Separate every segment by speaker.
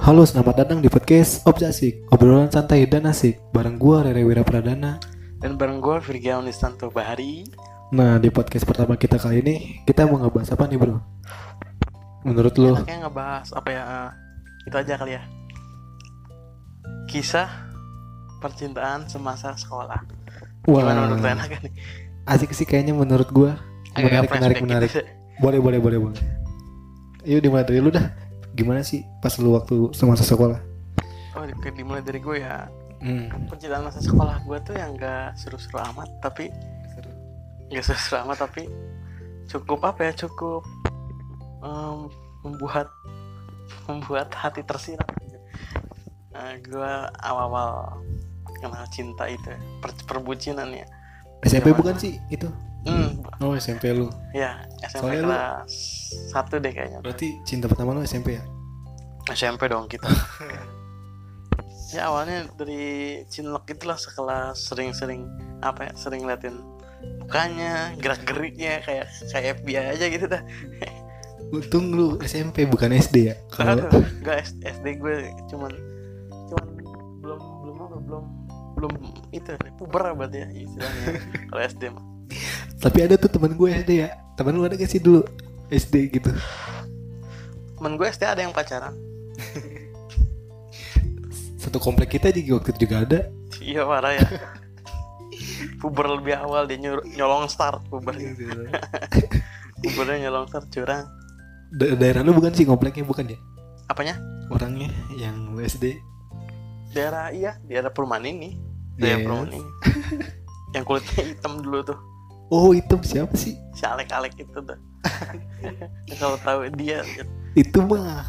Speaker 1: Halo, selamat datang di podcast Obsasik, obrolan santai dan asik bareng gua Rere Wira Pradana.
Speaker 2: Dan bareng gue Virgia Unistanto Bahari
Speaker 1: Nah, di podcast pertama kita kali ini kita mau ngebahas apa nih, Bro? Menurut lo?
Speaker 2: Enaknya ngebahas apa ya eh, Itu aja kali ya Kisah Percintaan semasa sekolah Gimana menurut lo enak kan nih?
Speaker 1: asik sih kayaknya menurut gua. Menarik, menarik,
Speaker 2: flashback
Speaker 1: menarik.
Speaker 2: gitu.
Speaker 1: Boleh, boleh, boleh, boleh. Yuk dimulai dari lu dah. Gimana sih pas lu waktu semasa sekolah?
Speaker 2: Oh di- dimulai dari gue ya
Speaker 1: Hmm.
Speaker 2: Percintaan masa sekolah gue tuh yang gak seru-seru amat Tapi Gak seru-seru amat tapi Cukup apa ya cukup em, Membuat Membuat hati tersirat Eh, Gue awal-awal Kenal cinta itu ya, per Perbucinan ya
Speaker 1: SMP
Speaker 2: Gimana?
Speaker 1: bukan sih itu?
Speaker 2: Hmm,
Speaker 1: Oh, SMP lu.
Speaker 2: ya SMP
Speaker 1: Soalnya lu-
Speaker 2: kelas satu deh kayaknya.
Speaker 1: Berarti cinta pertama lu SMP ya?
Speaker 2: SMP dong kita. ya awalnya dari cinlok itulah sekelas sering-sering apa ya sering liatin mukanya gerak geriknya kayak kayak FBI aja gitu dah
Speaker 1: Untung lu SMP bukan SD ya. Kalau
Speaker 2: Aduh, nggak S- SD gue cuman cuman belum belum apa, belum belum itu puber berarti ya istilahnya kalau SD mah
Speaker 1: Tapi ada tuh teman gue SD ya. Teman lu ada gak sih dulu SD gitu?
Speaker 2: temen gue SD ada yang pacaran
Speaker 1: Satu komplek kita juga waktu itu juga ada.
Speaker 2: iya parah ya puber lebih awal dia nyuruh- nyolong start pubernya Kuburannya longsor curang.
Speaker 1: Da- daerah lu bukan sih kompleknya bukan ya?
Speaker 2: Apanya?
Speaker 1: Orangnya yang lu SD.
Speaker 2: Daerah iya, daerah perumahan ini.
Speaker 1: Yes.
Speaker 2: Daerah perumahan ini. Yang kulitnya hitam dulu tuh.
Speaker 1: Oh itu siapa sih?
Speaker 2: Si Alek-Alek itu tuh. Yang Kalau tahu dia
Speaker 1: Itu mah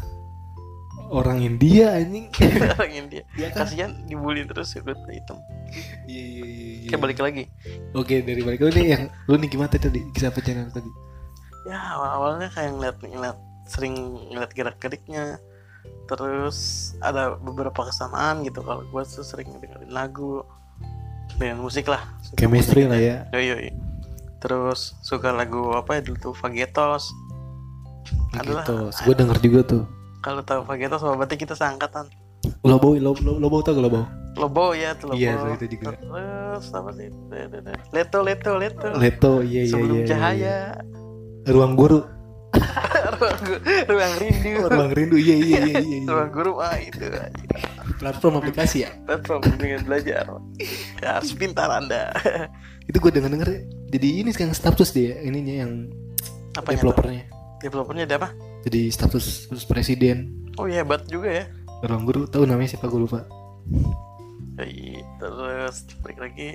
Speaker 1: orang India anjing.
Speaker 2: orang India.
Speaker 1: Iya
Speaker 2: Kasihan dibully terus kulitnya hitam.
Speaker 1: Iya iya iya, iya.
Speaker 2: Oke, balik lagi.
Speaker 1: Oke dari balik lu nih yang lu nih gimana tadi kisah percintaan tadi?
Speaker 2: Ya, awal-awalnya kayak ngeliat ngeliat sering ngeliat gerak-geriknya. Terus ada beberapa kesamaan gitu kalau gue tuh sering dengerin lagu dengan musik lah.
Speaker 1: Chemistry lah ya.
Speaker 2: Yoi, yoi. Terus suka lagu apa ya dulu tuh Fagetos. Adalah.
Speaker 1: Gitu. Gue denger juga tuh.
Speaker 2: Kalau tahu Fagetos mah berarti kita seangkatan.
Speaker 1: Lobo lo lo lobo tau gak lobo?
Speaker 2: Lobo ya tuh Lobo.
Speaker 1: Iya, tuh itu juga.
Speaker 2: Terus apa sih? Leto Leto Leto.
Speaker 1: Leto iya iya
Speaker 2: Sebelum
Speaker 1: iya.
Speaker 2: cahaya.
Speaker 1: iya. Ruang guru.
Speaker 2: ruang, gu- ruang rindu.
Speaker 1: Ruang rindu iya iya iya iya. iya.
Speaker 2: ruang guru ah itu anjing.
Speaker 1: Platform aplikasi ya.
Speaker 2: platform dengan belajar. Ya, harus pintar Anda.
Speaker 1: Itu gue denger denger jadi ini sekarang status dia ininya yang
Speaker 2: Apanya tuh?
Speaker 1: developernya.
Speaker 2: Developernya ada apa?
Speaker 1: Jadi status status presiden.
Speaker 2: Oh iya, hebat juga ya.
Speaker 1: Ruang guru tahu namanya siapa gue lupa.
Speaker 2: Yoi, terus balik lagi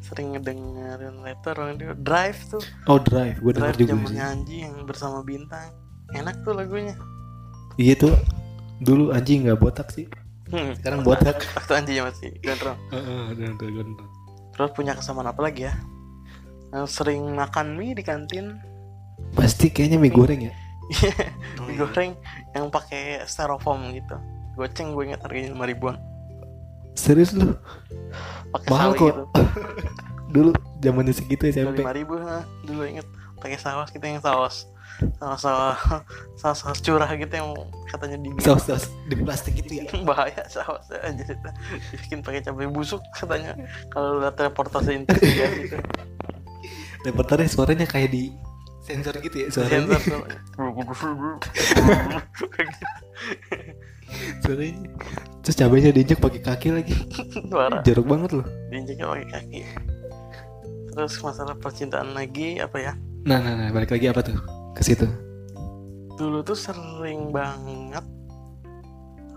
Speaker 2: sering ngedengerin letter orang dia drive tuh
Speaker 1: Oh drive gue denger
Speaker 2: drive
Speaker 1: juga
Speaker 2: zaman
Speaker 1: sih.
Speaker 2: nyanyi yang bersama bintang enak tuh lagunya
Speaker 1: Iya tuh dulu anjing nggak botak sih.
Speaker 2: Hmm,
Speaker 1: Sekarang botak.
Speaker 2: waktu anjing masih gondrong
Speaker 1: Heeh, udah, udah, udah.
Speaker 2: terus punya kesamaan apa lagi ya Nah, sering makan mie di kantin
Speaker 1: Pasti kayaknya mie goreng ya.
Speaker 2: mie goreng yang pakai styrofoam gitu goceng gue inget harganya lima ribuan
Speaker 1: Serius lu
Speaker 2: pakai
Speaker 1: mahal
Speaker 2: sawi
Speaker 1: kok.
Speaker 2: gitu
Speaker 1: dulu zamannya segitu ya, SMP.
Speaker 2: lima ribu dulu inget pakai saus gitu yang saus saus saus saus, saus curah gitu yang katanya di
Speaker 1: Saus saus di plastik gitu ya.
Speaker 2: bahaya saus aja bikin pakai cabai busuk katanya kalau lihat reportase investigasi itu
Speaker 1: Reporternya suaranya kayak di sensor gitu ya suaranya.
Speaker 2: sensor tuh. gitu,
Speaker 1: suaranya. Terus cabainya diinjak pakai kaki lagi.
Speaker 2: suara
Speaker 1: Jeruk banget loh.
Speaker 2: diinjeknya pakai kaki terus masalah percintaan lagi apa ya
Speaker 1: Nah, nah, nah, balik lagi apa tuh? Ke situ.
Speaker 2: dulu tuh sering banget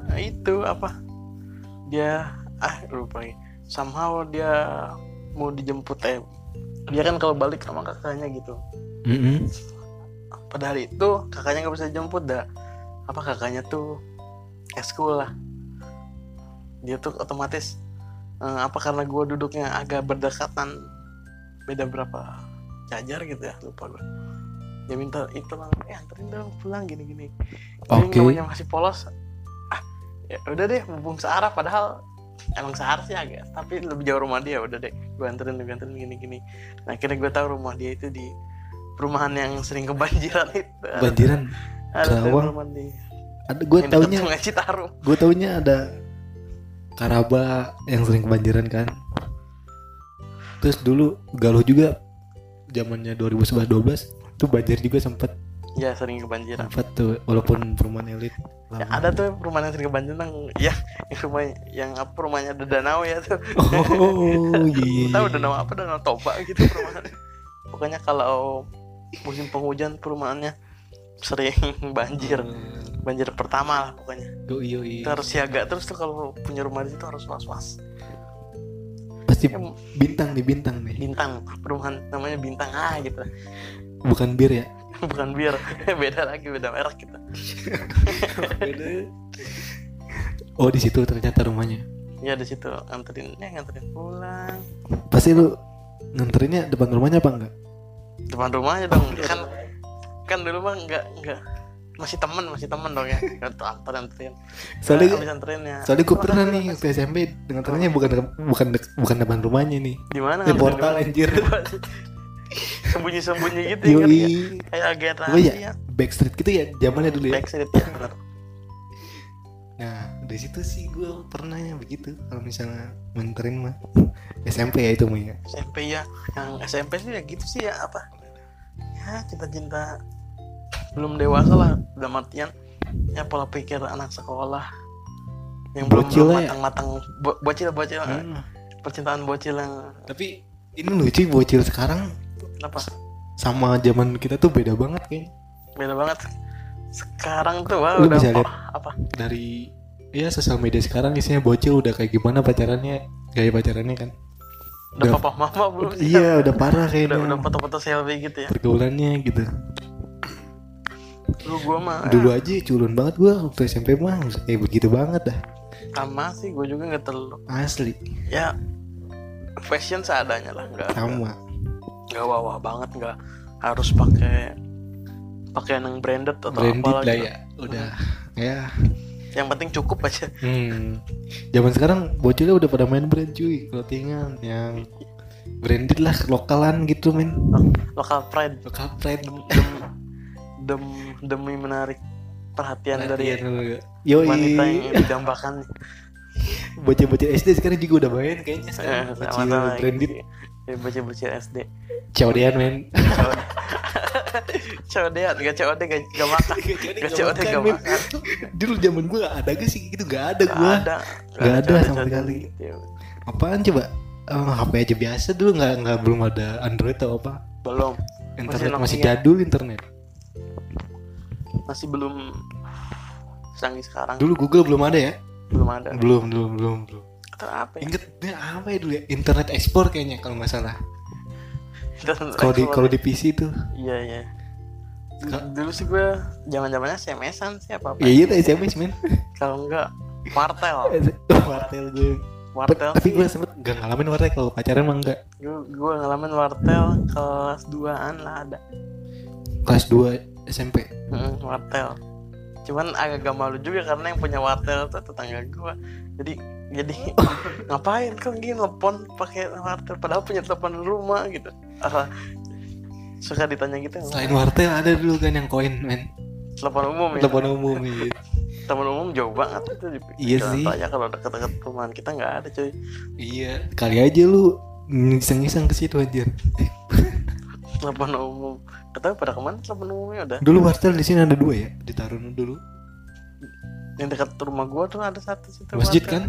Speaker 2: nah, itu apa dia ah lupa lagi. somehow dia mau dijemput eh dia kan kalau balik sama kakaknya gitu
Speaker 1: Mm-mm.
Speaker 2: pada hari itu kakaknya nggak bisa jemput dah apa kakaknya tuh eskul lah dia tuh otomatis eh, apa karena gua duduknya agak berdekatan beda berapa jajar gitu ya lupa gua dia minta itu lah eh anterin dong pulang gini gini
Speaker 1: Oke.
Speaker 2: namanya masih polos ah ya udah deh mumpung searah padahal emang searah sih agak tapi lebih jauh rumah dia udah deh gue anterin gue anterin gini gini nah akhirnya gue tahu rumah dia itu di perumahan yang sering kebanjiran itu
Speaker 1: Banjiran.
Speaker 2: ada
Speaker 1: Kerawang.
Speaker 2: perumahan di
Speaker 1: ada gue
Speaker 2: Yang deket
Speaker 1: taunya
Speaker 2: Sungai Citarum.
Speaker 1: gue taunya ada Karaba yang sering kebanjiran kan terus dulu Galuh juga zamannya 2011 12 tuh banjir juga sempet
Speaker 2: Ya sering kebanjiran.
Speaker 1: sempet tuh walaupun perumahan elit
Speaker 2: Ya,
Speaker 1: lama.
Speaker 2: ada tuh perumahan yang sering kebanjiran yang ya yang rumah yang apa rumahnya ada danau ya tuh.
Speaker 1: oh iya iya,
Speaker 2: Tahu
Speaker 1: iya.
Speaker 2: danau apa danau Toba gitu perumahan. Pokoknya kalau musim penghujan perumahannya sering banjir.
Speaker 1: Hmm.
Speaker 2: Banjir pertama lah pokoknya.
Speaker 1: Yo, iya, yo, yo.
Speaker 2: Kita harus siaga terus tuh kalau punya rumah di situ harus was-was.
Speaker 1: pasti
Speaker 2: Ya,
Speaker 1: bintang nih bintang nih
Speaker 2: bintang perumahan namanya bintang ah gitu lah.
Speaker 1: bukan bir ya
Speaker 2: bukan bir beda lagi beda merek gitu
Speaker 1: oh di situ ternyata rumahnya
Speaker 2: ya di situ nganterin ya nganterin pulang
Speaker 1: pasti lu nganterinnya depan rumahnya apa enggak
Speaker 2: depan rumahnya dong
Speaker 1: Iya.
Speaker 2: kan kan dulu mah nggak nggak masih temen masih temen dong ya nggak tuh antar anterin
Speaker 1: soalnya
Speaker 2: habis ya. anterinnya
Speaker 1: Soalnya gue
Speaker 2: nah,
Speaker 1: pernah nih waktu SMP dengan ternyata bukan bukan dek- bukan depan rumahnya nih.
Speaker 2: di mana
Speaker 1: Di portal anjir.
Speaker 2: sembunyi sembunyi gitu ya ngerti nggak?
Speaker 1: Yoi.
Speaker 2: kayak agen
Speaker 1: Apa ya?
Speaker 2: rahasia
Speaker 1: Backstreet gitu ya zamannya dulu ya.
Speaker 2: backstreet ya bener
Speaker 1: Nah, dari situ sih gue pernah ya begitu kalau misalnya menterin mah SMP ya itu mah ya.
Speaker 2: SMP ya yang SMP sih ya gitu sih ya apa ya cinta-cinta belum dewasa lah dalam artian ya pola pikir anak sekolah yang belum
Speaker 1: Bocil
Speaker 2: belum
Speaker 1: lah ya.
Speaker 2: matang-matang Bo- bocil bocil
Speaker 1: Hmm.
Speaker 2: percintaan bocil yang
Speaker 1: Tapi ini lucu bocil sekarang
Speaker 2: apa
Speaker 1: sama zaman kita tuh beda banget kayaknya.
Speaker 2: beda banget sekarang tuh wah
Speaker 1: Lu
Speaker 2: udah
Speaker 1: bisa
Speaker 2: apa,
Speaker 1: lihat.
Speaker 2: apa
Speaker 1: Dari ya sosial media sekarang isinya bocil udah kayak gimana pacarannya gaya pacarannya kan.
Speaker 2: udah
Speaker 1: Udah.
Speaker 2: papa mama belum sih? kan?
Speaker 1: Iya udah parah
Speaker 2: udah udah
Speaker 1: kayaknya
Speaker 2: foto-foto selfie gitu ya
Speaker 1: pergaulannya gitu.
Speaker 2: lu gua mah
Speaker 1: dulu aja culun banget gua waktu SMP mah kayak begitu banget dah
Speaker 2: sama sih gua juga nggak terlalu
Speaker 1: asli
Speaker 2: ya fashion seadanya lah nggak
Speaker 1: sama
Speaker 2: nggak Ya, wah-wah banget nggak harus pakai pakaian yang branded atau
Speaker 1: branded
Speaker 2: apa Hmm.
Speaker 1: lah
Speaker 2: gitu.
Speaker 1: ya udah ya
Speaker 2: yang penting cukup aja
Speaker 1: hmm. zaman sekarang bocilnya udah pada main brand cuy clothingan yang branded lah lokalan gitu men
Speaker 2: lokal pride
Speaker 1: lokal brand
Speaker 2: Dem- dem- demi menarik perhatian dari
Speaker 1: iya,
Speaker 2: wanita yang
Speaker 1: yoi
Speaker 2: didambakan
Speaker 1: bocil-bocil SD sekarang juga udah main kayaknya
Speaker 2: Eh,
Speaker 1: sekarang bocil
Speaker 2: sama-sama
Speaker 1: branded
Speaker 2: gitu. Ya, bocil-bocil SD
Speaker 1: cowdean men
Speaker 2: COD gak COD gak, gak makan Gak COD gak
Speaker 1: men.
Speaker 2: makan
Speaker 1: dulu zaman gua ada gak sih gitu gak ada
Speaker 2: Gak
Speaker 1: gua
Speaker 2: ada
Speaker 1: Nggak ada
Speaker 2: COD,
Speaker 1: sama
Speaker 2: COD.
Speaker 1: sekali.
Speaker 2: Gitu.
Speaker 1: apaan coba Eh, HP aja biasa dulu nggak nggak belum ada Android atau apa
Speaker 2: belum
Speaker 1: internet
Speaker 2: Masih
Speaker 1: masih,
Speaker 2: Nokia.
Speaker 1: jadul internet
Speaker 2: masih belum sanggih sekarang
Speaker 1: dulu Google belum ada ya
Speaker 2: belum ada
Speaker 1: belum belum belum belum
Speaker 2: atau apa ya?
Speaker 1: inget dia apa ya dulu ya Internet Explorer kayaknya kalau nggak salah
Speaker 2: Internet
Speaker 1: kalau di
Speaker 2: Explorer.
Speaker 1: kalau di PC tuh
Speaker 2: Iya iya.
Speaker 1: Ka-
Speaker 2: Dulu sih gue zaman zamannya SMS-an sih apa apa.
Speaker 1: ya iya tuh SMS men
Speaker 2: Kalau enggak wartel,
Speaker 1: wartel gue
Speaker 2: wartel.
Speaker 1: tapi gue sempet gak ngalamin wartel kalau pacaran mah enggak
Speaker 2: Gue gue ngalamin wartel kelas 2-an lah ada.
Speaker 1: kelas 2 SMP
Speaker 2: Mm, wartel. Cuman agak gak malu juga karena yang punya wartel tuh tetangga gue. Jadi jadi ngapain kok gini telepon pakai wartel padahal punya telepon rumah gitu. Ah, suka ditanya gitu
Speaker 1: selain wartel ada dulu kan yang koin men
Speaker 2: telepon umum ya
Speaker 1: telepon umum gitu.
Speaker 2: telepon umum jauh banget itu di
Speaker 1: Iya
Speaker 2: jalan
Speaker 1: sih.
Speaker 2: raya kalau deket-deket perumahan kita nggak ada cuy
Speaker 1: iya kali aja lu ngiseng-ngiseng ke situ anjir Eh,
Speaker 2: telepon umum ketahui pada kemana telepon umumnya udah
Speaker 1: Dulu wartel di sini ada dua ya, di Taruna dulu.
Speaker 2: yang dekat rumah gua tuh ada satu situ
Speaker 1: Masjid
Speaker 2: wartel.
Speaker 1: kan?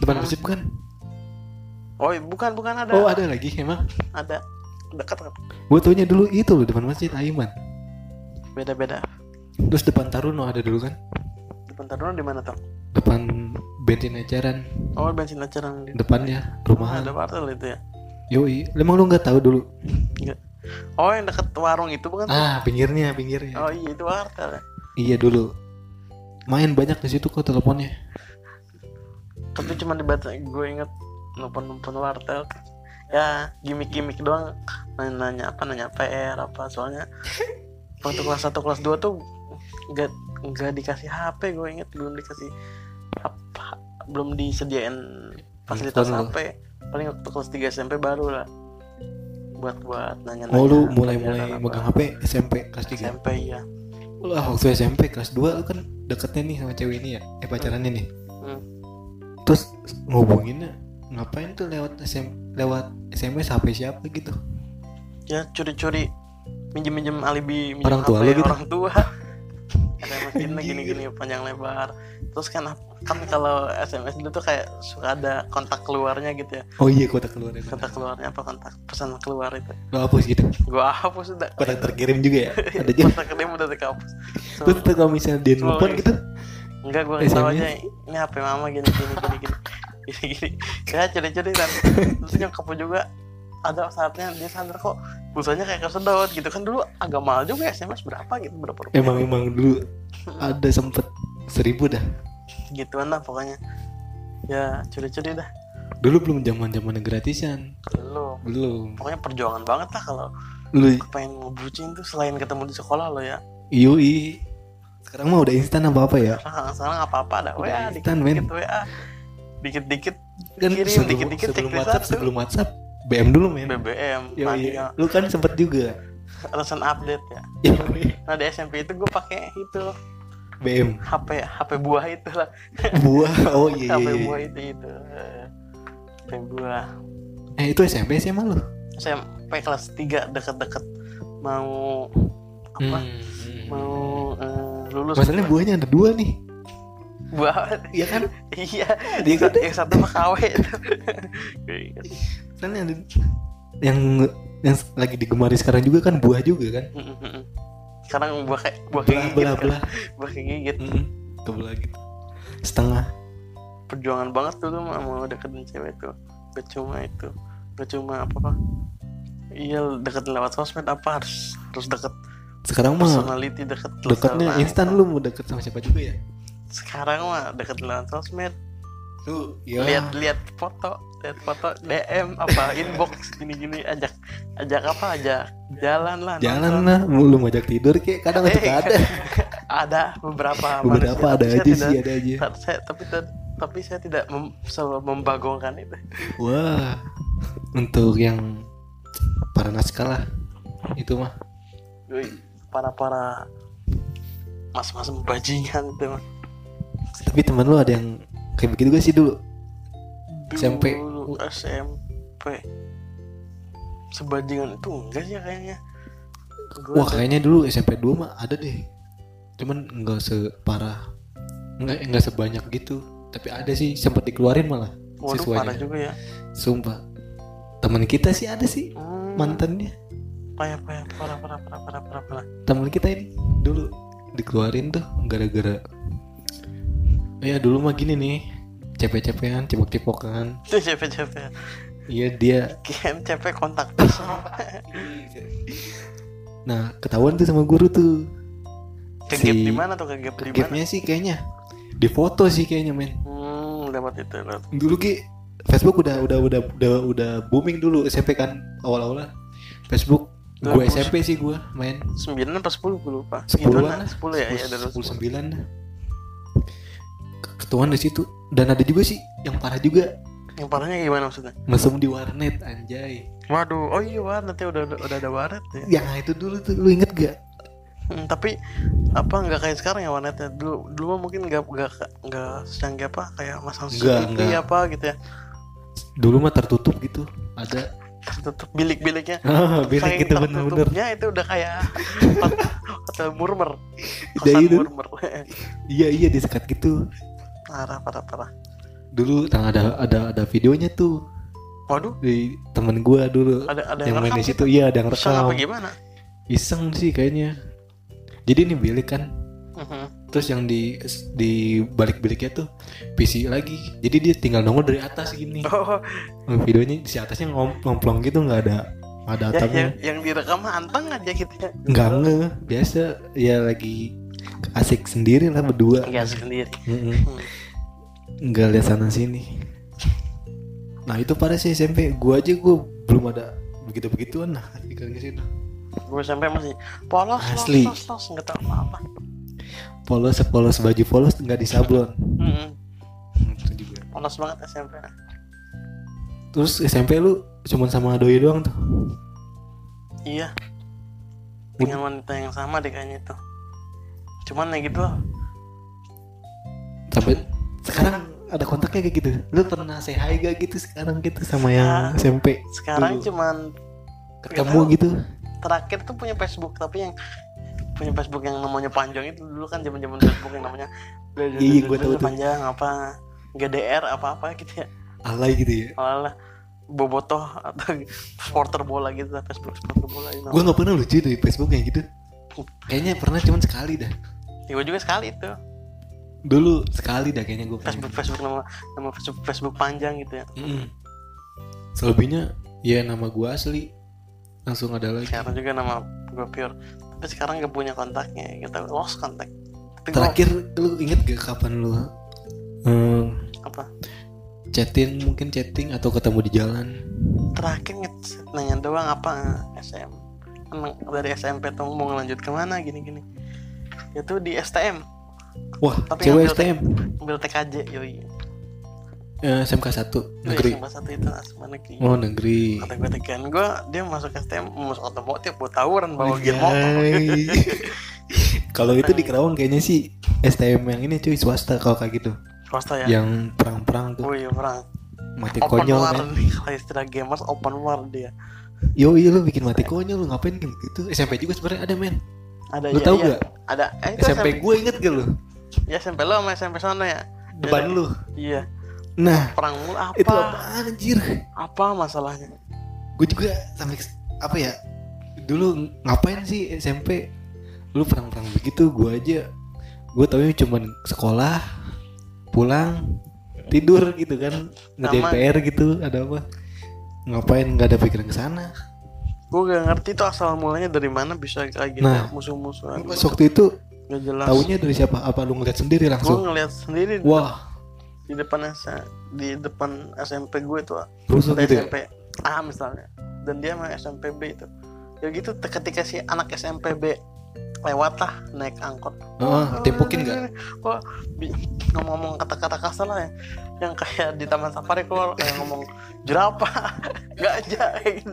Speaker 1: Depan
Speaker 2: Hmm.
Speaker 1: masjid kan?
Speaker 2: oh i- bukan bukan ada
Speaker 1: Oh ada lagi emang.
Speaker 2: ada dekat dekat.
Speaker 1: Gue taunya dulu itu loh depan masjid Aiman.
Speaker 2: beda beda
Speaker 1: Terus depan Taruna ada dulu kan?
Speaker 2: depan taruna di mana tuh
Speaker 1: Depan bensin ajaran,
Speaker 2: oh bensin acarang di
Speaker 1: depannya
Speaker 2: ada
Speaker 1: rumahan.
Speaker 2: wartel itu ya
Speaker 1: Yoi, emang lu nggak tahu dulu?
Speaker 2: oh yang dekat warung itu bukan
Speaker 1: Ah pinggirnya, pinggirnya.
Speaker 2: oh iya itu wartel ya
Speaker 1: Iya dulu. Main banyak di situ kok teleponnya.
Speaker 2: tapi cuma dibaca gue inget nelfon nelfon wartel ya gimmick gimmick doang nanya, nanya apa nanya PR apa soalnya waktu kelas 1 kelas 2 tuh nggak nggak dikasih HP gue inget belum dikasih apa belum disediain fasilitas
Speaker 1: Handphone
Speaker 2: HP paling waktu kelas 3 SMP baru lah buat buat nanya nanya
Speaker 1: Oh lu mulai mulai megang HP SMP kelas 3
Speaker 2: SMP ya
Speaker 1: lah waktu SMP kelas 2 lu kan deketnya nih sama cewek ini ya eh pacarannya nih
Speaker 2: Hmm.
Speaker 1: terus ngubunginnya ngapain tuh lewat SM, lewat SMS HP siapa gitu
Speaker 2: ya curi-curi minjem-minjem alibi minjem
Speaker 1: Orang tua
Speaker 2: HP
Speaker 1: lu gitu?
Speaker 2: orang tua ada makin gini-gini panjang lebar terus kan kan kalau SMS dulu tuh kayak suka ada kontak keluarnya gitu ya
Speaker 1: oh iya kotak keluar ya
Speaker 2: kontak keluarnya apa kontak pesan keluar itu
Speaker 1: lu hapus gitu
Speaker 2: gua hapus udah
Speaker 1: kotak terkirim juga ya ada aja
Speaker 2: kontak dia udah dihapus So,
Speaker 1: terus tuh kalau misalnya dia nelfon
Speaker 2: Semua orang
Speaker 1: gitu
Speaker 2: enggak gua kasih tau
Speaker 1: SMS.
Speaker 2: aja ini HP mama gini gini gini gini gini gini ya curi-curi kan terus nyokap gua juga ada saatnya dia sadar kok pulsanya kayak kesedot gitu kan dulu agak mahal juga SMS berapa gitu berapa rupiah
Speaker 1: emang emang dulu ada sempet seribu dah
Speaker 2: gituan lah pokoknya ya curi-curi dah
Speaker 1: dulu belum zaman zaman gratisan
Speaker 2: lo
Speaker 1: belum
Speaker 2: pokoknya perjuangan banget lah kalau
Speaker 1: lu
Speaker 2: pengen ngebucin tuh selain ketemu di sekolah lo ya
Speaker 1: yoi sekarang mah udah instan apa apa ya
Speaker 2: sekarang Ah, sekarang apa apa dah
Speaker 1: Udah
Speaker 2: wa dikit
Speaker 1: instan,
Speaker 2: dikit wa dikit dikit
Speaker 1: kan
Speaker 2: Kirim
Speaker 1: sebelum,
Speaker 2: dikit-dikit
Speaker 1: sebelum
Speaker 2: cek
Speaker 1: WhatsApp
Speaker 2: result
Speaker 1: sebelum WhatsApp BM dulu men
Speaker 2: bbm
Speaker 1: Yo,
Speaker 2: nah,
Speaker 1: iya. Lu kan sempet juga.
Speaker 2: iya, alasan update ya
Speaker 1: Yoi.
Speaker 2: nah di SMP itu gue pakai itu
Speaker 1: BM
Speaker 2: hp hp buah itu lah
Speaker 1: buah. Oh iya iya.
Speaker 2: hp
Speaker 1: iya.
Speaker 2: buah itu itu Eh, hp buah
Speaker 1: Eh itu SMP SMA lu.
Speaker 2: SMP kelas 3 deket-deket mau
Speaker 1: Hmm.
Speaker 2: apa mau eh, lulus
Speaker 1: Masalahnya buahnya ada dua nih.
Speaker 2: buah
Speaker 1: Iya kan?
Speaker 2: Iya,
Speaker 1: Dia
Speaker 2: yang satu,
Speaker 1: kan-
Speaker 2: yang satu mah KW itu.
Speaker 1: Kan ada yang yang lagi digemari sekarang juga kan buah juga kan.
Speaker 2: Sekarang buah kayak buah kayak
Speaker 1: Belah
Speaker 2: gigit,
Speaker 1: belah
Speaker 2: kan?
Speaker 1: belah.
Speaker 2: buah kayak gigit.
Speaker 1: Mm-mm. Kebelah gitu. Setengah.
Speaker 2: Perjuangan banget dulu mah mau deketin cewek tuh. Gak cuma itu, gak cuma apa apa. Iya deket lewat sosmed apa harus harus deket
Speaker 1: Sekarang mah
Speaker 2: personality deket
Speaker 1: deketnya
Speaker 2: personal.
Speaker 1: instan lu mau deket sama siapa juga ya?
Speaker 2: Sekarang mah deket lewat sosmed.
Speaker 1: Lu ya.
Speaker 2: Lihat-lihat foto, lihat foto DM apa inbox gini-gini ajak ajak apa ajak jalan lah. nonton.
Speaker 1: Jalan lah, lu lu mau ajak tidur kayak kadang
Speaker 2: Eh,
Speaker 1: suka ada.
Speaker 2: ada beberapa
Speaker 1: Beberapa
Speaker 2: manusia,
Speaker 1: ada
Speaker 2: tapi saya
Speaker 1: aja
Speaker 2: tidak-
Speaker 1: sih, ya. ada aja.
Speaker 2: ta- saya, tapi ta- tapi saya tidak mem- selalu membagongkan itu
Speaker 1: Wah, untuk yang para naskah lah itu mah.
Speaker 2: Wih, para para mas-mas bajingan itu mah.
Speaker 1: Tapi teman lu ada yang kayak begitu gak sih dulu?
Speaker 2: Dulu
Speaker 1: SMP.
Speaker 2: SMP sebajingan itu enggak sih kayaknya
Speaker 1: Wah
Speaker 2: Gua
Speaker 1: kayaknya dulu SMP 2 mah ada deh. Cuman nggak separah, nggak nggak sebanyak gitu. Tapi ada sih sempat dikeluarin malah
Speaker 2: waduh parah
Speaker 1: siswanya.
Speaker 2: juga ya
Speaker 1: Sumpah. Teman kita sih ada sih
Speaker 2: hmm,
Speaker 1: mantannya.
Speaker 2: payah payah parah parah parah parah parah parah
Speaker 1: Teman kita ini dulu dikeluarin tuh gara-gara. Ya dulu mah gini nih, cepet-cepetan, cipok-cipokan.
Speaker 2: itu CP-CP
Speaker 1: Iya dia
Speaker 2: CP kontak person
Speaker 1: Nah ketahuan tuh sama guru tuh
Speaker 2: kegap
Speaker 1: Si-
Speaker 2: di mana tuh kegap di mana
Speaker 1: Gapnya sih kayaknya Di foto sih kayaknya men
Speaker 2: hmm lewat itu lewat
Speaker 1: Dulu ki Facebook udah udah udah udah udah booming dulu SMP kan awal-awal Facebook
Speaker 2: Nah,
Speaker 1: Gue
Speaker 2: bos.
Speaker 1: SMP sih gue main
Speaker 2: sembilan apa sepuluh gue lupa
Speaker 1: Sepuluhan lah.
Speaker 2: sepuluh ya ya dari
Speaker 1: sepuluh sembilan dah. Ketuaan di situ dan ada juga sih yang parah juga
Speaker 2: yang parahnya gimana maksudnya
Speaker 1: mesum di warnet anjay
Speaker 2: waduh oh iya warnet ya udah udah ada warnet ya
Speaker 1: yang itu dulu tuh lu inget gak
Speaker 2: Hmm, tapi apa nggak kayak sekarang ya warnetnya dulu dulu mah mungkin nggak nggak nggak secanggih apa kayak masang
Speaker 1: Nggak,
Speaker 2: CCTV
Speaker 1: nggak.
Speaker 2: apa gitu ya
Speaker 1: dulu mah tertutup gitu ada
Speaker 2: tertutup bilik-biliknya
Speaker 1: bilang
Speaker 2: Saking
Speaker 1: gitu bener-bener
Speaker 2: tertutupnya itu udah kayak hotel murmer
Speaker 1: Udah
Speaker 2: kosan
Speaker 1: itu.
Speaker 2: murmer
Speaker 1: iya iya disekat gitu
Speaker 2: parah parah parah
Speaker 1: dulu tang ada ada ada videonya tuh
Speaker 2: waduh
Speaker 1: di temen gua dulu
Speaker 2: ada ada
Speaker 1: yang
Speaker 2: yang,
Speaker 1: main
Speaker 2: rekam
Speaker 1: di
Speaker 2: gitu
Speaker 1: situ iya ada yang
Speaker 2: Iseng apa
Speaker 1: rekam
Speaker 2: gimana
Speaker 1: iseng sih kayaknya jadi ini bilik kan
Speaker 2: Mhm.
Speaker 1: terus yang di di balik biliknya tuh PC lagi jadi dia tinggal nongol dari atas gini
Speaker 2: oh
Speaker 1: videonya di atasnya ngom- ngomplong gitu nggak ada nggak ada
Speaker 2: ya, yang,
Speaker 1: atapnya
Speaker 2: yang direkam mah anteng aja gitu ya
Speaker 1: nggak nge biasa ya lagi asik sendiri lah berdua
Speaker 2: Iya sendiri.
Speaker 1: Mm-mm. nggak lihat sana sini nah itu pada sih SMP gua aja gua belum ada begitu begituan lah di situ
Speaker 2: Gue sampai masih polos,
Speaker 1: Asli.
Speaker 2: los, los, los, nggak tahu apa-apa.
Speaker 1: polos polos baju polos nggak disablon
Speaker 2: Mm-mm.
Speaker 1: itu juga
Speaker 2: Polos banget SMP.
Speaker 1: terus SMP lu cuman sama doi doang tuh
Speaker 2: Iya. Dengan wanita yang sama deh kayaknya itu. cuman ya gitu loh.
Speaker 1: sampai sekarang ada kontaknya kayak gitu lu pernah say hi gak gitu sekarang gitu sama yang
Speaker 2: Ah.
Speaker 1: SMP
Speaker 2: sekarang
Speaker 1: Dulu.
Speaker 2: cuman
Speaker 1: Iya. ketemu gitu
Speaker 2: terakhir tuh punya Facebook tapi yang punya Facebook yang namanya panjang itu dulu kan zaman zaman Facebook yang namanya
Speaker 1: Iya, gua tahu tuh.
Speaker 2: panjang apa GDR apa apa gitu ya
Speaker 1: alay gitu ya
Speaker 2: malah bobotoh atau supporter bola gitu lah, Facebook supporter bola gitu.
Speaker 1: gue nggak pernah lucu di Facebook kayak gitu kayaknya pernah cuman sekali dah
Speaker 2: Ya, gua juga sekali itu
Speaker 1: dulu sekali dah kayaknya gue
Speaker 2: Facebook Facebook nama nama Facebook, Facebook panjang gitu ya
Speaker 1: Mm-mm. Selebihnya ya nama gua asli langsung ada lagi.
Speaker 2: sekarang juga nama gue pure tapi sekarang gak punya kontaknya gitu lost kontak tapi gua-
Speaker 1: Terakhir lu inget gak kapan lu em,
Speaker 2: apa
Speaker 1: chatin mungkin chatting atau ketemu di jalan?
Speaker 2: terakhir nge- nanya doang apa SM Emang dari SMP tuh mau ngelanjut kemana gini-gini itu di STM
Speaker 1: Wah,
Speaker 2: Tapi
Speaker 1: cewek
Speaker 2: ngambil
Speaker 1: STM
Speaker 2: ambil TKJ yoi
Speaker 1: Eh, SMK 1
Speaker 2: Itu
Speaker 1: negeri.
Speaker 2: SMA satu itu asma negeri
Speaker 1: Oh, negeri.
Speaker 2: kata gue tekan gue dia masuk STM masuk otomotif buat tawuran
Speaker 1: Oh
Speaker 2: bawa
Speaker 1: iya.
Speaker 2: gear motor
Speaker 1: Anjay. Kalau itu di Kerawang kayaknya sih STM yang ini cuy swasta kalau kayak gitu.
Speaker 2: swasta ya
Speaker 1: Yang perang-perang tuh
Speaker 2: Oh iya perang
Speaker 1: mati
Speaker 2: Open
Speaker 1: konyol
Speaker 2: war
Speaker 1: kan.
Speaker 2: nih Kalau istilah gamers open war dia
Speaker 1: Yo, iya lu bikin mati konyol lu ngapain kayak gitu? SMP juga sebenarnya ada men.
Speaker 2: Ada
Speaker 1: Lu
Speaker 2: iya,
Speaker 1: tahu
Speaker 2: iya.
Speaker 1: gak?
Speaker 2: Ada eh, itu
Speaker 1: SMP gue inget gak lu?
Speaker 2: Ya SMP lo sama SMP sana ya
Speaker 1: Depan
Speaker 2: Jadi-
Speaker 1: lu.
Speaker 2: Iya
Speaker 1: Nah,
Speaker 2: Perang mulu apa
Speaker 1: itu apaan anjir
Speaker 2: Apa masalahnya
Speaker 1: gue juga sampai kes- apa ya dulu ngapain sih SMP lu perang-perang begitu gue aja gue tau cuman sekolah pulang tidur gitu kan ngerjain
Speaker 2: Sama.
Speaker 1: PR gitu ada apa ngapain nggak ada pikiran ke sana
Speaker 2: gue gak ngerti tuh asal mulanya dari mana bisa kayak gitu
Speaker 1: Nah.
Speaker 2: musuh-musuhan
Speaker 1: Lu pas waktu itu
Speaker 2: gak jelas
Speaker 1: taunya dari siapa apa lu ngeliat sendiri
Speaker 2: gue
Speaker 1: langsung
Speaker 2: Nah. ngeliat sendiri di-
Speaker 1: wah
Speaker 2: di depan S- di depan SMP gue tuh
Speaker 1: rusuh
Speaker 2: ada
Speaker 1: gitu ya
Speaker 2: SMP A misalnya dan dia sama SMP B itu ya gitu te- ketika si anak SMP B lewat lah naik angkot
Speaker 1: Heeh, tempokin nggak
Speaker 2: wah bi- ngomong-ngomong kata-kata kasar lah ya yang kayak di taman safari keluar kayak ngomong jerapah gajah kayak gitu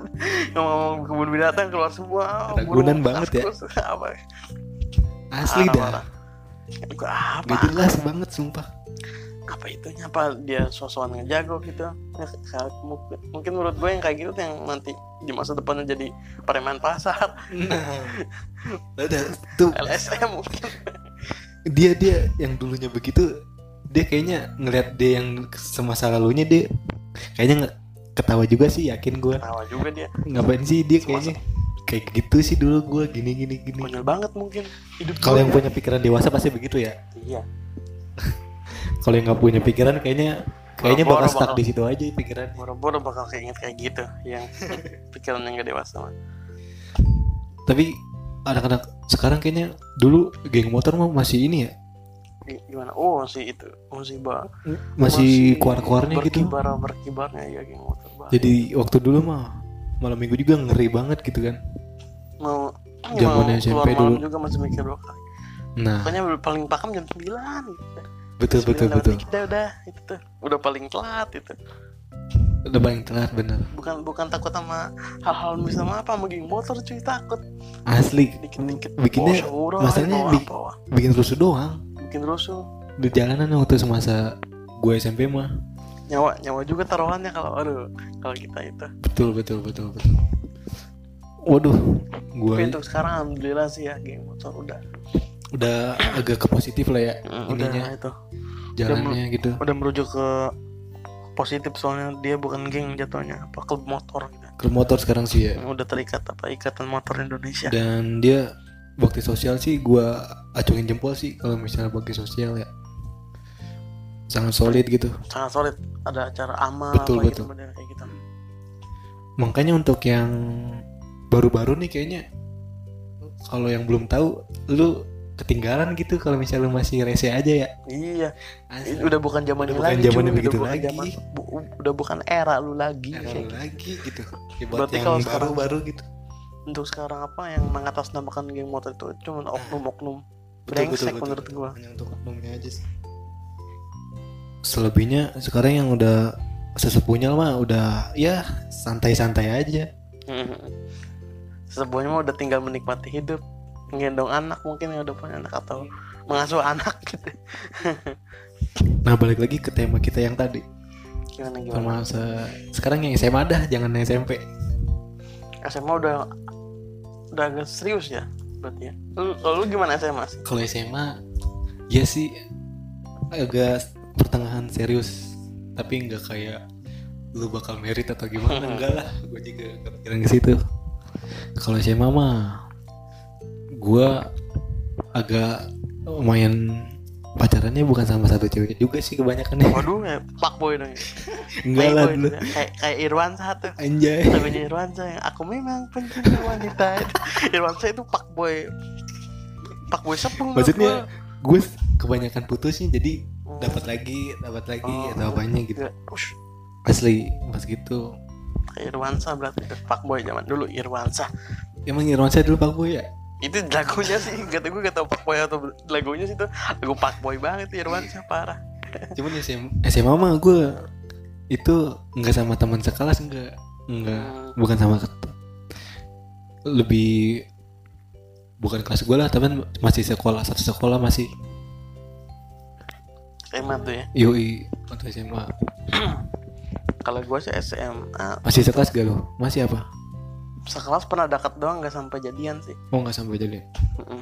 Speaker 2: ngomong kebun binatang keluar semua
Speaker 1: Ragunan
Speaker 2: burung,
Speaker 1: banget ya.
Speaker 2: kaskus, apa
Speaker 1: asli
Speaker 2: Parah,
Speaker 1: dah
Speaker 2: parah. Ya, Gua apa?
Speaker 1: gak jelas banget sumpah
Speaker 2: Apa itunya apa dia sosokan ngejago gitu. Ya, kayak mungkin- Mungkin menurut gue yang kayak gitu tuh yang nanti di masa depannya jadi preman pasar,
Speaker 1: nah udah tuh
Speaker 2: LSM mungkin.
Speaker 1: dia dia yang dulunya begitu dia kayaknya ngelihat dia yang semasa lalunya dia kayaknya nge- ketawa juga sih yakin gue
Speaker 2: Ketawa juga dia.
Speaker 1: ngapain sih dia kayaknya kayak gitu sih dulu gue gini gini gini
Speaker 2: Konyol banget mungkin hidup
Speaker 1: kalau yang
Speaker 2: gue.
Speaker 1: punya pikiran dewasa pasti begitu ya
Speaker 2: Iya.
Speaker 1: kalau yang nggak punya pikiran kayaknya kayaknya
Speaker 2: Boro-boro
Speaker 1: bakal stuck
Speaker 2: bakal.
Speaker 1: di situ aja pikirannya
Speaker 2: Boro-boro bakal keinget kayak gitu yang pikiran yang gak dewasa mah.
Speaker 1: tapi anak-anak sekarang kayaknya dulu geng motor mah masih ini ya
Speaker 2: G- Gimana? Oh, si itu. Oh, si ba.
Speaker 1: masih keluar-keluarnya gitu
Speaker 2: Berkibar berkibarnya ya geng motor. Bah.
Speaker 1: jadi waktu dulu mah malam minggu juga ngeri banget gitu kan
Speaker 2: mau mau
Speaker 1: Zamannya
Speaker 2: keluar
Speaker 1: SMP
Speaker 2: malam
Speaker 1: dulu.
Speaker 2: juga masih mikir dua kali.
Speaker 1: nah
Speaker 2: Pokoknya paling pakam jam 9 gitu.
Speaker 1: betul betul betul
Speaker 2: Kita udah itu tuh. Udah paling telat itu.
Speaker 1: udah paling telat bener
Speaker 2: Bukan bukan takut sama hal-hal misalnya apa sama geng motor cuy takut
Speaker 1: asli
Speaker 2: dikit-dikit.
Speaker 1: Hmm, Bikinnya-
Speaker 2: Bawah syuruh,
Speaker 1: masalahnya
Speaker 2: bawah
Speaker 1: bi-
Speaker 2: apa, wah.
Speaker 1: bikin rusuh doang
Speaker 2: bikin rusuh.
Speaker 1: di jalanan waktu semasa gue SMP mah
Speaker 2: Nyawa nyawa juga taruhannya kalau aduh kalau kita itu.
Speaker 1: betul betul betul betul waduh
Speaker 2: Tapi
Speaker 1: gue
Speaker 2: untuk sekarang alhamdulillah sih ya geng motor udah
Speaker 1: udah agak ke positif lah ya
Speaker 2: udah
Speaker 1: ininya
Speaker 2: itu.
Speaker 1: jalannya gitu
Speaker 2: Udah merujuk ke positif soalnya dia bukan geng jatuhnya apa klub motor gitu.
Speaker 1: klub motor sekarang sih ya
Speaker 2: Udah terikat apa ikatan motor Indonesia.
Speaker 1: dan dia bakti sosial sih gue acungin jempol sih kalau misalnya bakti sosial ya sangat solid gitu
Speaker 2: sangat solid ada acara amal
Speaker 1: Betul,
Speaker 2: apa
Speaker 1: betul.
Speaker 2: gitu bener, kayak gitu
Speaker 1: makanya untuk yang baru-baru nih kayaknya kalau yang belum tahu lu ketinggalan gitu kalau misalnya lu masih rese aja ya
Speaker 2: iya
Speaker 1: Asli.
Speaker 2: udah bukan zamannya
Speaker 1: bukan
Speaker 2: lagi
Speaker 1: zamannya
Speaker 2: cuy.
Speaker 1: begitu
Speaker 2: udah bukan
Speaker 1: lagi.
Speaker 2: zaman bu- udah bukan era lu lagi
Speaker 1: Ada
Speaker 2: Kayak gitu.
Speaker 1: lagi gitu Ya, buat
Speaker 2: Berarti
Speaker 1: yang
Speaker 2: kalau sekarang-
Speaker 1: baru-baru gitu
Speaker 2: untuk sekarang apa yang mengatasnamakan geng motor itu cuman oknum-oknum brengsek menurut gua
Speaker 1: hanya untuk oknumnya aja sih selebihnya sekarang yang udah sesepunya mah udah ya santai-santai aja
Speaker 2: semuanya mah udah tinggal menikmati hidup menggendong anak mungkin yang udah punya anak atau mengasuh anak gitu
Speaker 1: Nah balik lagi ke tema kita yang tadi
Speaker 2: gimana gimana
Speaker 1: sama se- sekarang yang SMA dah jangan yang SMP.
Speaker 2: SMA udah udah agak serius ya berarti ya lu, kalau lu gimana SMA sih
Speaker 1: Kalau SMA ya sih agak pertengahan serius tapi nggak kayak lu bakal merit atau gimana enggak lah gue juga nggak pikiran ke situ kalau SMA mah gue agak lumayan pacarannya bukan sama satu cewek juga sih kebanyakan ya
Speaker 2: waduh ya fuckboy dong ya.
Speaker 1: enggak lah
Speaker 2: Playboy
Speaker 1: dulu
Speaker 2: dong ya. kayak kayak Irwan satu
Speaker 1: anjay
Speaker 2: tapi di Irwansa yang aku memang pencinta wanita Irwansa itu fuckboy fuckboy sepung
Speaker 1: maksudnya gue kebanyakan putusnya jadi dapat lagi dapat lagi
Speaker 2: Oh.
Speaker 1: atau apanya gitu
Speaker 2: Gak, ush,
Speaker 1: asli pas gitu
Speaker 2: kayak Irwansa berarti fuckboy zaman dulu Irwansa
Speaker 1: emang Irwansyah dulu Pak Boy ya
Speaker 2: itu lagunya sih gak tau gue gak tau fuckboy atau lagunya sih tuh lagu fuckboy banget Irwansa parah
Speaker 1: cuman SM, SMA mah gue itu nggak sama teman sekelas nggak nggak
Speaker 2: Hmm,
Speaker 1: bukan sama ket- lebih bukan kelas gue lah teman masih sekolah satu sekolah masih
Speaker 2: SMA tuh ya
Speaker 1: UI atau SMA
Speaker 2: kalau gue sih SMA
Speaker 1: masih sekelas gak lo masih apa
Speaker 2: sekelas pernah dekat doang gak sampai jadian sih
Speaker 1: mau Oh, nggak sampai jadi
Speaker 2: Mm-mm.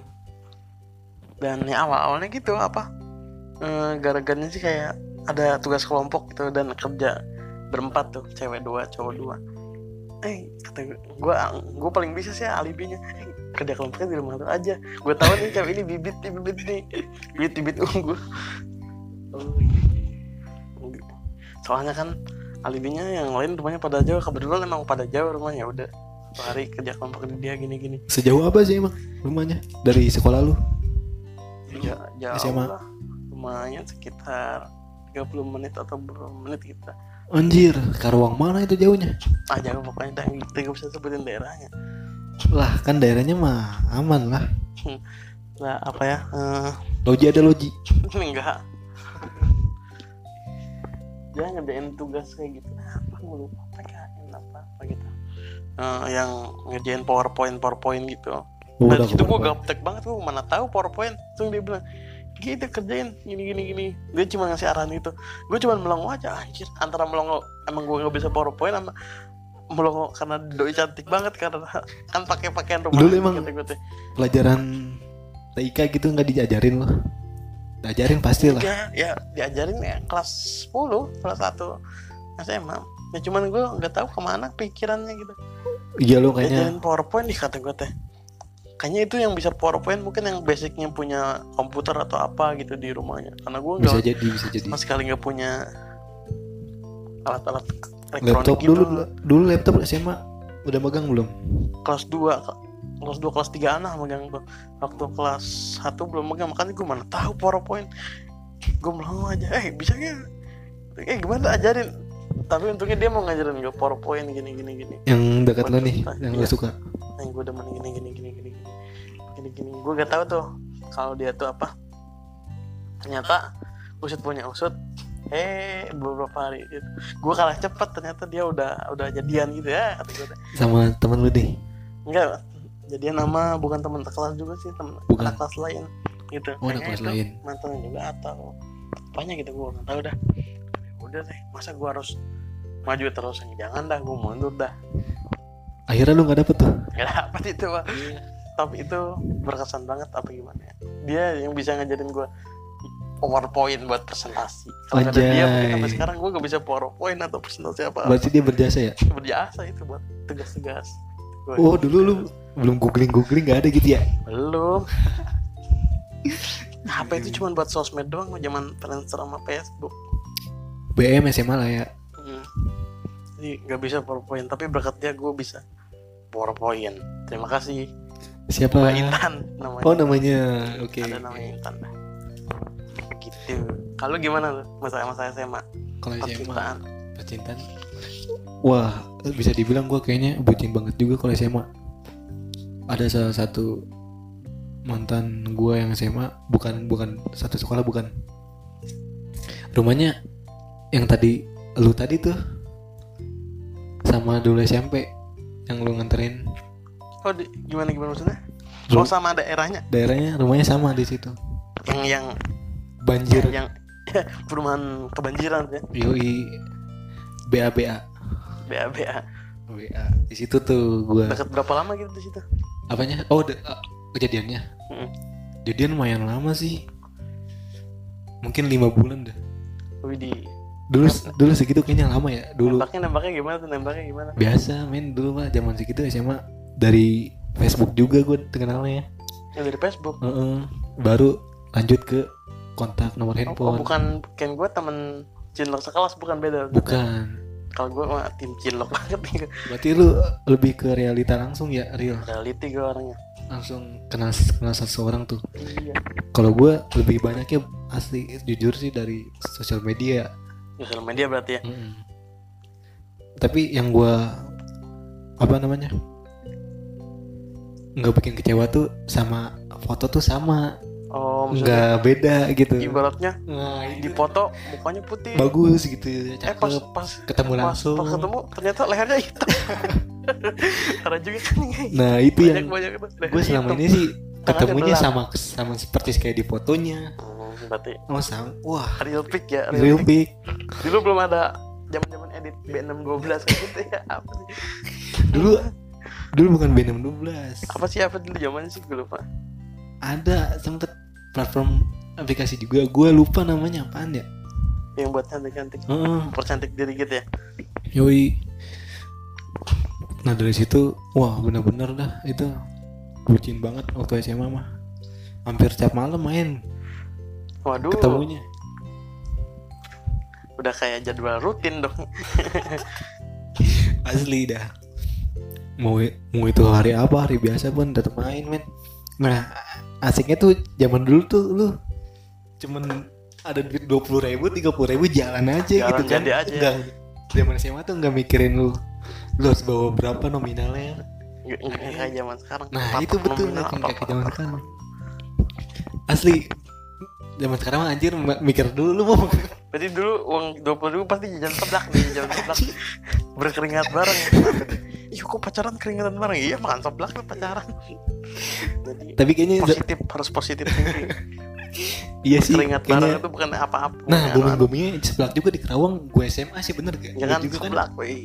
Speaker 2: dan ya awal awalnya gitu apa eh, gara-garanya sih kayak ada tugas kelompok gitu dan kerja berempat tuh cewek dua cowok dua eh kata gue gue paling bisa sih alibinya "Eh, kerja kelompoknya di rumah lu aja gue tahu nih cewek ini bibit nih bibit nih bibit bibit unggul Oh, iya, iya. soalnya kan alibinya yang lain rumahnya pada jauh kebetulan emang pada jauh rumahnya udah satu hari kerja kelompok di dia gini gini
Speaker 1: sejauh apa sih emang rumahnya dari sekolah lu
Speaker 2: Ya, jauh
Speaker 1: SMA.
Speaker 2: lah. Lumayan sekitar 30 menit atau berapa menit kita.
Speaker 1: anjir Karawang mana itu jauhnya
Speaker 2: Ah, jangan pokoknya dah kita nggak bisa sebutin daerahnya.
Speaker 1: lah kan daerahnya mah aman lah
Speaker 2: Nah, apa ya? Eh,
Speaker 1: loji ada loji
Speaker 2: enggak. Dia ngerjain tugas kayak gitu. Apa gue lupa PKN apa apa gitu. Eh, yang ngerjain PowerPoint PowerPoint gitu.
Speaker 1: Oh,
Speaker 2: Dan
Speaker 1: udah
Speaker 2: itu gue
Speaker 1: keluar.
Speaker 2: gaptek banget gue mana tahu PowerPoint. Terus dia bilang gitu kerjain gini gini gini dia cuma ngasih arahan itu gue cuma melongo aja anjir antara melongo emang gue nggak bisa powerpoint sama melongo karena doi cantik banget karena kan pakai pakaian rumah
Speaker 1: Dulu emang-
Speaker 2: gitu, gitu.
Speaker 1: pelajaran TIK gitu nggak diajarin loh diajarin pasti lah
Speaker 2: ya, ya diajarin ya kelas 10 kelas 1 SMA ya cuman gue nggak tahu kemana pikirannya gitu
Speaker 1: iya lo kayaknya
Speaker 2: diajarin powerpoint nih kata gue teh kayaknya itu yang bisa powerpoint mungkin yang basicnya punya komputer atau apa gitu di rumahnya karena gue nggak
Speaker 1: bisa jadi bisa jadi
Speaker 2: sama sekali nggak punya alat-alat elektronik
Speaker 1: laptop
Speaker 2: gitu
Speaker 1: dulu dulu laptop SMA udah megang belum
Speaker 2: kelas 2 ke- kelas 2 kelas 3 anak megang tuh waktu kelas 1 belum megang makanya gue mana tahu powerpoint gue melongo aja eh bisa nggak eh gimana ajarin tapi untungnya dia mau ngajarin gue powerpoint gini gini gini
Speaker 1: yang dekat lo nih
Speaker 2: Mantap,
Speaker 1: yang lo
Speaker 2: iya.
Speaker 1: suka
Speaker 2: yang gue demen gini gini gini gini gini gini gini gue gak tahu tuh kalau dia tuh apa ternyata usut punya usut eh beberapa hari itu gue kalah cepet ternyata dia udah udah jadian gitu ya kata gua.
Speaker 1: sama teman lu nih
Speaker 2: enggak jadian nama bukan teman kelas juga sih teman
Speaker 1: Bukan.
Speaker 2: anak kelas lain gitu
Speaker 1: oh anak
Speaker 2: Kayaknya
Speaker 1: kelas
Speaker 2: itu
Speaker 1: lain
Speaker 2: mantan juga atau apanya gitu gue nggak tahu dah Ya udah deh masa gue harus maju terus jangan dah gue mundur dah
Speaker 1: akhirnya lu nggak dapet tuh
Speaker 2: Gak dapet itu mah Tapi Iya. itu berkesan banget apa gimana ya Dia yang bisa ngajarin gue PowerPoint buat presentasi Kalau nggak ada dia mungkin sampai
Speaker 1: Anjay.
Speaker 2: sekarang gue gak bisa PowerPoint atau presentasi apa
Speaker 1: berarti dia berjasa ya
Speaker 2: Berjasa itu buat tugas-tugas Gua-
Speaker 1: oh dulu lu belum googling googling nggak ada gitu ya
Speaker 2: Belum Nah, HP itu cuma buat sosmed doang zaman Friendster sama Facebook
Speaker 1: BM SMA lah ya
Speaker 2: Hmm. Jadi gak bisa PowerPoint Tapi berkat dia gue bisa PowerPoint Terima kasih
Speaker 1: siapa
Speaker 2: Mbak Intan namanya
Speaker 1: Nah. oh namanya oke
Speaker 2: ada namanya Intan dah gitu kalau gimana tuh masa-masa SMA
Speaker 1: kalau SMA
Speaker 2: percintaan
Speaker 1: percintaan wah bisa dibilang gue kayaknya bucin banget juga kalau SMA ada salah satu mantan gue yang SMA bukan bukan satu sekolah bukan rumahnya yang tadi lu tadi tuh sama dulu SMP yang lu nganterin
Speaker 2: oh di- gimana gimana maksudnya Oh
Speaker 1: Ru-
Speaker 2: sama daerahnya
Speaker 1: daerahnya rumahnya sama di situ
Speaker 2: yang yang
Speaker 1: banjir
Speaker 2: yang perumahan kebanjiran ya
Speaker 1: yoi BA BA
Speaker 2: BABA
Speaker 1: BA di situ tuh gua
Speaker 2: dekat berapa lama gitu di situ
Speaker 1: apanya oh de- eh, kejadiannya
Speaker 2: Mm.
Speaker 1: kejadian lumayan lama sih mungkin lima bulan dah
Speaker 2: Widih
Speaker 1: dulu dulu segitu kayaknya lama ya dulu
Speaker 2: nembaknya nembaknya gimana tuh nembaknya gimana
Speaker 1: biasa main dulu mah zaman segitu SMA dari Facebook juga gue terkenalnya
Speaker 2: ya, dari Facebook
Speaker 1: Heeh. baru lanjut ke kontak nomor
Speaker 2: Oh,
Speaker 1: handphone
Speaker 2: oh, bukan kan gue temen cinlok sekelas bukan beda
Speaker 1: bukan
Speaker 2: kalau gue mah tim cinlok banget nih
Speaker 1: berarti lu eh, lebih ke realita langsung ya real
Speaker 2: reality gue orangnya
Speaker 1: langsung kenal kenal seseorang tuh
Speaker 2: iya
Speaker 1: kalau gue lebih banyaknya asli jujur sih dari sosial media
Speaker 2: sosial media berarti ya
Speaker 1: Mm-mm. Hmm. tapi yang gue apa namanya nggak bikin kecewa tuh sama foto tuh sama
Speaker 2: oh
Speaker 1: nggak
Speaker 2: maksudnya
Speaker 1: beda gitu
Speaker 2: ibaratnya
Speaker 1: Nah,
Speaker 2: di foto mukanya putih
Speaker 1: bagus gitu
Speaker 2: eh pas
Speaker 1: cakep
Speaker 2: pas
Speaker 1: ketemu
Speaker 2: pas,
Speaker 1: langsung
Speaker 2: pas ketemu ternyata lehernya hitam karena juga kan
Speaker 1: nah itu
Speaker 2: banyak
Speaker 1: yang
Speaker 2: banyak itu lehernya
Speaker 1: gue selama
Speaker 2: hitam.
Speaker 1: ini sih
Speaker 2: Tangannya
Speaker 1: ketemunya
Speaker 2: belang.
Speaker 1: sama sama seperti kayak di fotonya
Speaker 2: Hmm, berarti
Speaker 1: oh sama wah
Speaker 2: real pic ya real,
Speaker 1: real pic
Speaker 2: pic. dulu belum ada zaman zaman edit B612 kayak gitu ya apa sih
Speaker 1: dulu dulu bukan B6 12
Speaker 2: apa sih apa dulu zaman sih gue lupa
Speaker 1: ada sempet platform aplikasi juga gue lupa namanya apaan ya
Speaker 2: yang buat cantik cantik
Speaker 1: Heeh.
Speaker 2: mempercantik diri gitu ya
Speaker 1: yoi nah dari situ wah bener-bener dah itu bucin banget waktu SMA mah hampir tiap malam main
Speaker 2: waduh
Speaker 1: ketemunya
Speaker 2: udah kayak jadwal rutin dong
Speaker 1: asli dah mau mau itu hari apa hari biasa pun tetap main men nah asiknya tuh zaman dulu tuh lu cuman ada duit dua puluh ribu tiga puluh ribu jalan aja
Speaker 2: Jalan
Speaker 1: gitu kan
Speaker 2: jadi aja.
Speaker 1: Nggak- zaman SMA tuh nggak mikirin lu lu harus bawa berapa nominalnya
Speaker 2: nggak nggak kayak zaman sekarang
Speaker 1: nah
Speaker 2: Apa
Speaker 1: itu betul nggak
Speaker 2: nominal,
Speaker 1: kayak
Speaker 2: apa-
Speaker 1: kayak zaman sekarang asli zaman sekarang mah anjir ma- mikir dulu lu mau
Speaker 2: berarti dulu uang dua puluh ribu pasti jajan seblak nih jajan seblak berkeringat bareng iya kok pacaran keringatan bareng iya makan seblak lah pacaran jadi
Speaker 1: tapi kayaknya
Speaker 2: positif harus positif thinking
Speaker 1: iya sih
Speaker 2: keringat
Speaker 1: kayaknya
Speaker 2: bareng itu Iya, bukan apa-apa ya, kan?
Speaker 1: Nah,
Speaker 2: bukan anu-anu.
Speaker 1: booming-boomingnya sebelah juga di Kerawang gue SMA sih bener gak?
Speaker 2: jangan
Speaker 1: juga kan
Speaker 2: Ya seblak woi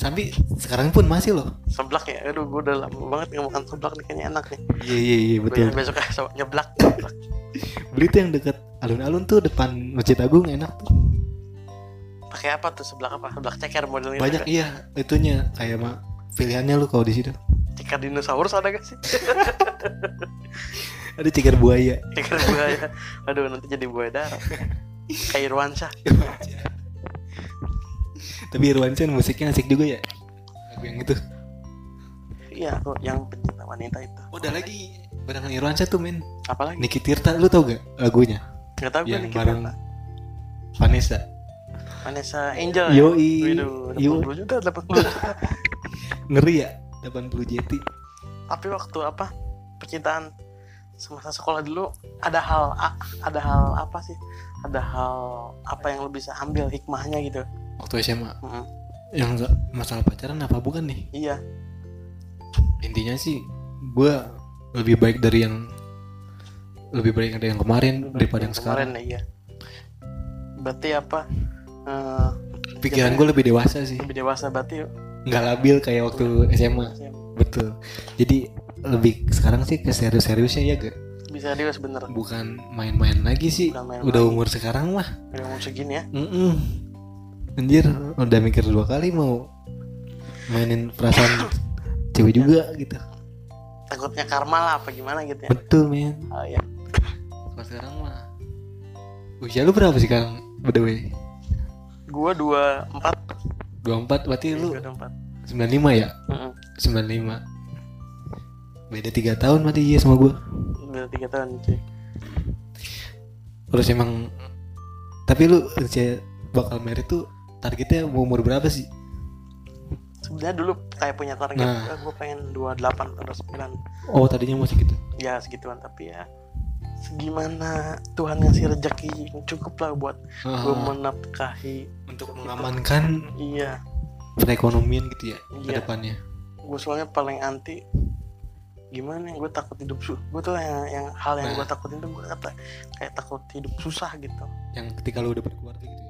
Speaker 1: sampai sekarang pun masih loh.
Speaker 2: seblak ya aduh gue udah lama banget nggak makan seblak nih kayaknya enak nih
Speaker 1: Iya iya iya betul.
Speaker 2: Gua besok ah, so- nyeblak
Speaker 1: Beli tuh yang dekat alun-alun tuh depan Masjid Agung enak tuh.
Speaker 2: pakai apa tuh seblak apa seblak ceker modelnya gitu
Speaker 1: Banyak
Speaker 2: kan?
Speaker 1: iya itunya kayak mah pilihannya lu kalau di situ.
Speaker 2: ceker dinosaurus ada gak sih
Speaker 1: Ada ceker buaya.
Speaker 2: ceker buaya aduh nanti jadi buaya darah kayak Irwansyah
Speaker 1: Tapi Irwansyah musiknya asik juga ya. Lagu yang itu.
Speaker 2: iya aku yang pencinta wanita itu
Speaker 1: Oh, Udah lagi barengan Irwansyah tuh men.
Speaker 2: apalagi
Speaker 1: Niki Tirta lu tau gak lagunya?
Speaker 2: nggak tahu gue
Speaker 1: yang
Speaker 2: nih
Speaker 1: bareng
Speaker 2: kita
Speaker 1: Vanessa.
Speaker 2: Vanessa Angel ya?
Speaker 1: Yoi.
Speaker 2: Waduh,
Speaker 1: Yoi.
Speaker 2: 80 juta, 80 juta.
Speaker 1: Ngeri ya 80 JT.
Speaker 2: Tapi waktu apa percintaan semasa sekolah dulu ada hal a- ada hal apa sih? Ada hal apa yang lu bisa ambil hikmahnya gitu?
Speaker 1: Waktu SMA
Speaker 2: Mm,
Speaker 1: yang enggak masalah pacaran apa bukan nih?
Speaker 2: iya,
Speaker 1: intinya sih gue lebih baik dari yang lebih baik dari yang kemarin daripada yang sekarang
Speaker 2: kemarin iya. Berarti apa? eh,
Speaker 1: pikiran gue lebih dewasa sih
Speaker 2: lebih dewasa berarti
Speaker 1: nggak labil kayak waktu SMA betul jadi lebih sekarang sih ke serius-seriusnya ya gak
Speaker 2: bisa serius bener
Speaker 1: bukan main-main lagi sih
Speaker 2: Bukan main
Speaker 1: udah
Speaker 2: lagi.
Speaker 1: umur sekarang mah
Speaker 2: udah mau segini ya
Speaker 1: Mm-mm. anjir udah mikir dua kali mau mainin perasaan cewek juga gitu
Speaker 2: takutnya karma lah apa gimana gitu ya
Speaker 1: betul men
Speaker 2: oh iya
Speaker 1: kalau sekarang mah usia lu berapa sih sekarang by the way
Speaker 2: gua dua empat
Speaker 1: 24 berarti
Speaker 2: Iya,
Speaker 1: lu
Speaker 2: gua dua empat
Speaker 1: 95 ya?
Speaker 2: Mm-mm.
Speaker 1: 95 Beda 3 tahun berarti iya sama gue
Speaker 2: udah tiga tahun cuy
Speaker 1: Terus emang Tapi lu kerja bakal merit tuh Targetnya mau umur berapa sih?
Speaker 2: sebenarnya dulu kayak punya target
Speaker 1: Nah.
Speaker 2: gue pengen 28 atau 29
Speaker 1: Oh tadinya masih gitu
Speaker 2: ya segituan tapi ya segimana Tuhan ngasih rezeki yang cukup lah buat
Speaker 1: Ah,
Speaker 2: gue menafkahi Gitu.
Speaker 1: Untuk mengamankan
Speaker 2: iya
Speaker 1: perekonomian gitu ya
Speaker 2: Iya.
Speaker 1: ke depannya
Speaker 2: gue soalnya paling anti gimana gue takut hidup susah gue tuh yang,
Speaker 1: Nah.
Speaker 2: yang hal yang gue takutin tuh gue kata kayak takut hidup susah gitu Iya.
Speaker 1: yang ketika lu udah berkeluarga gitu ya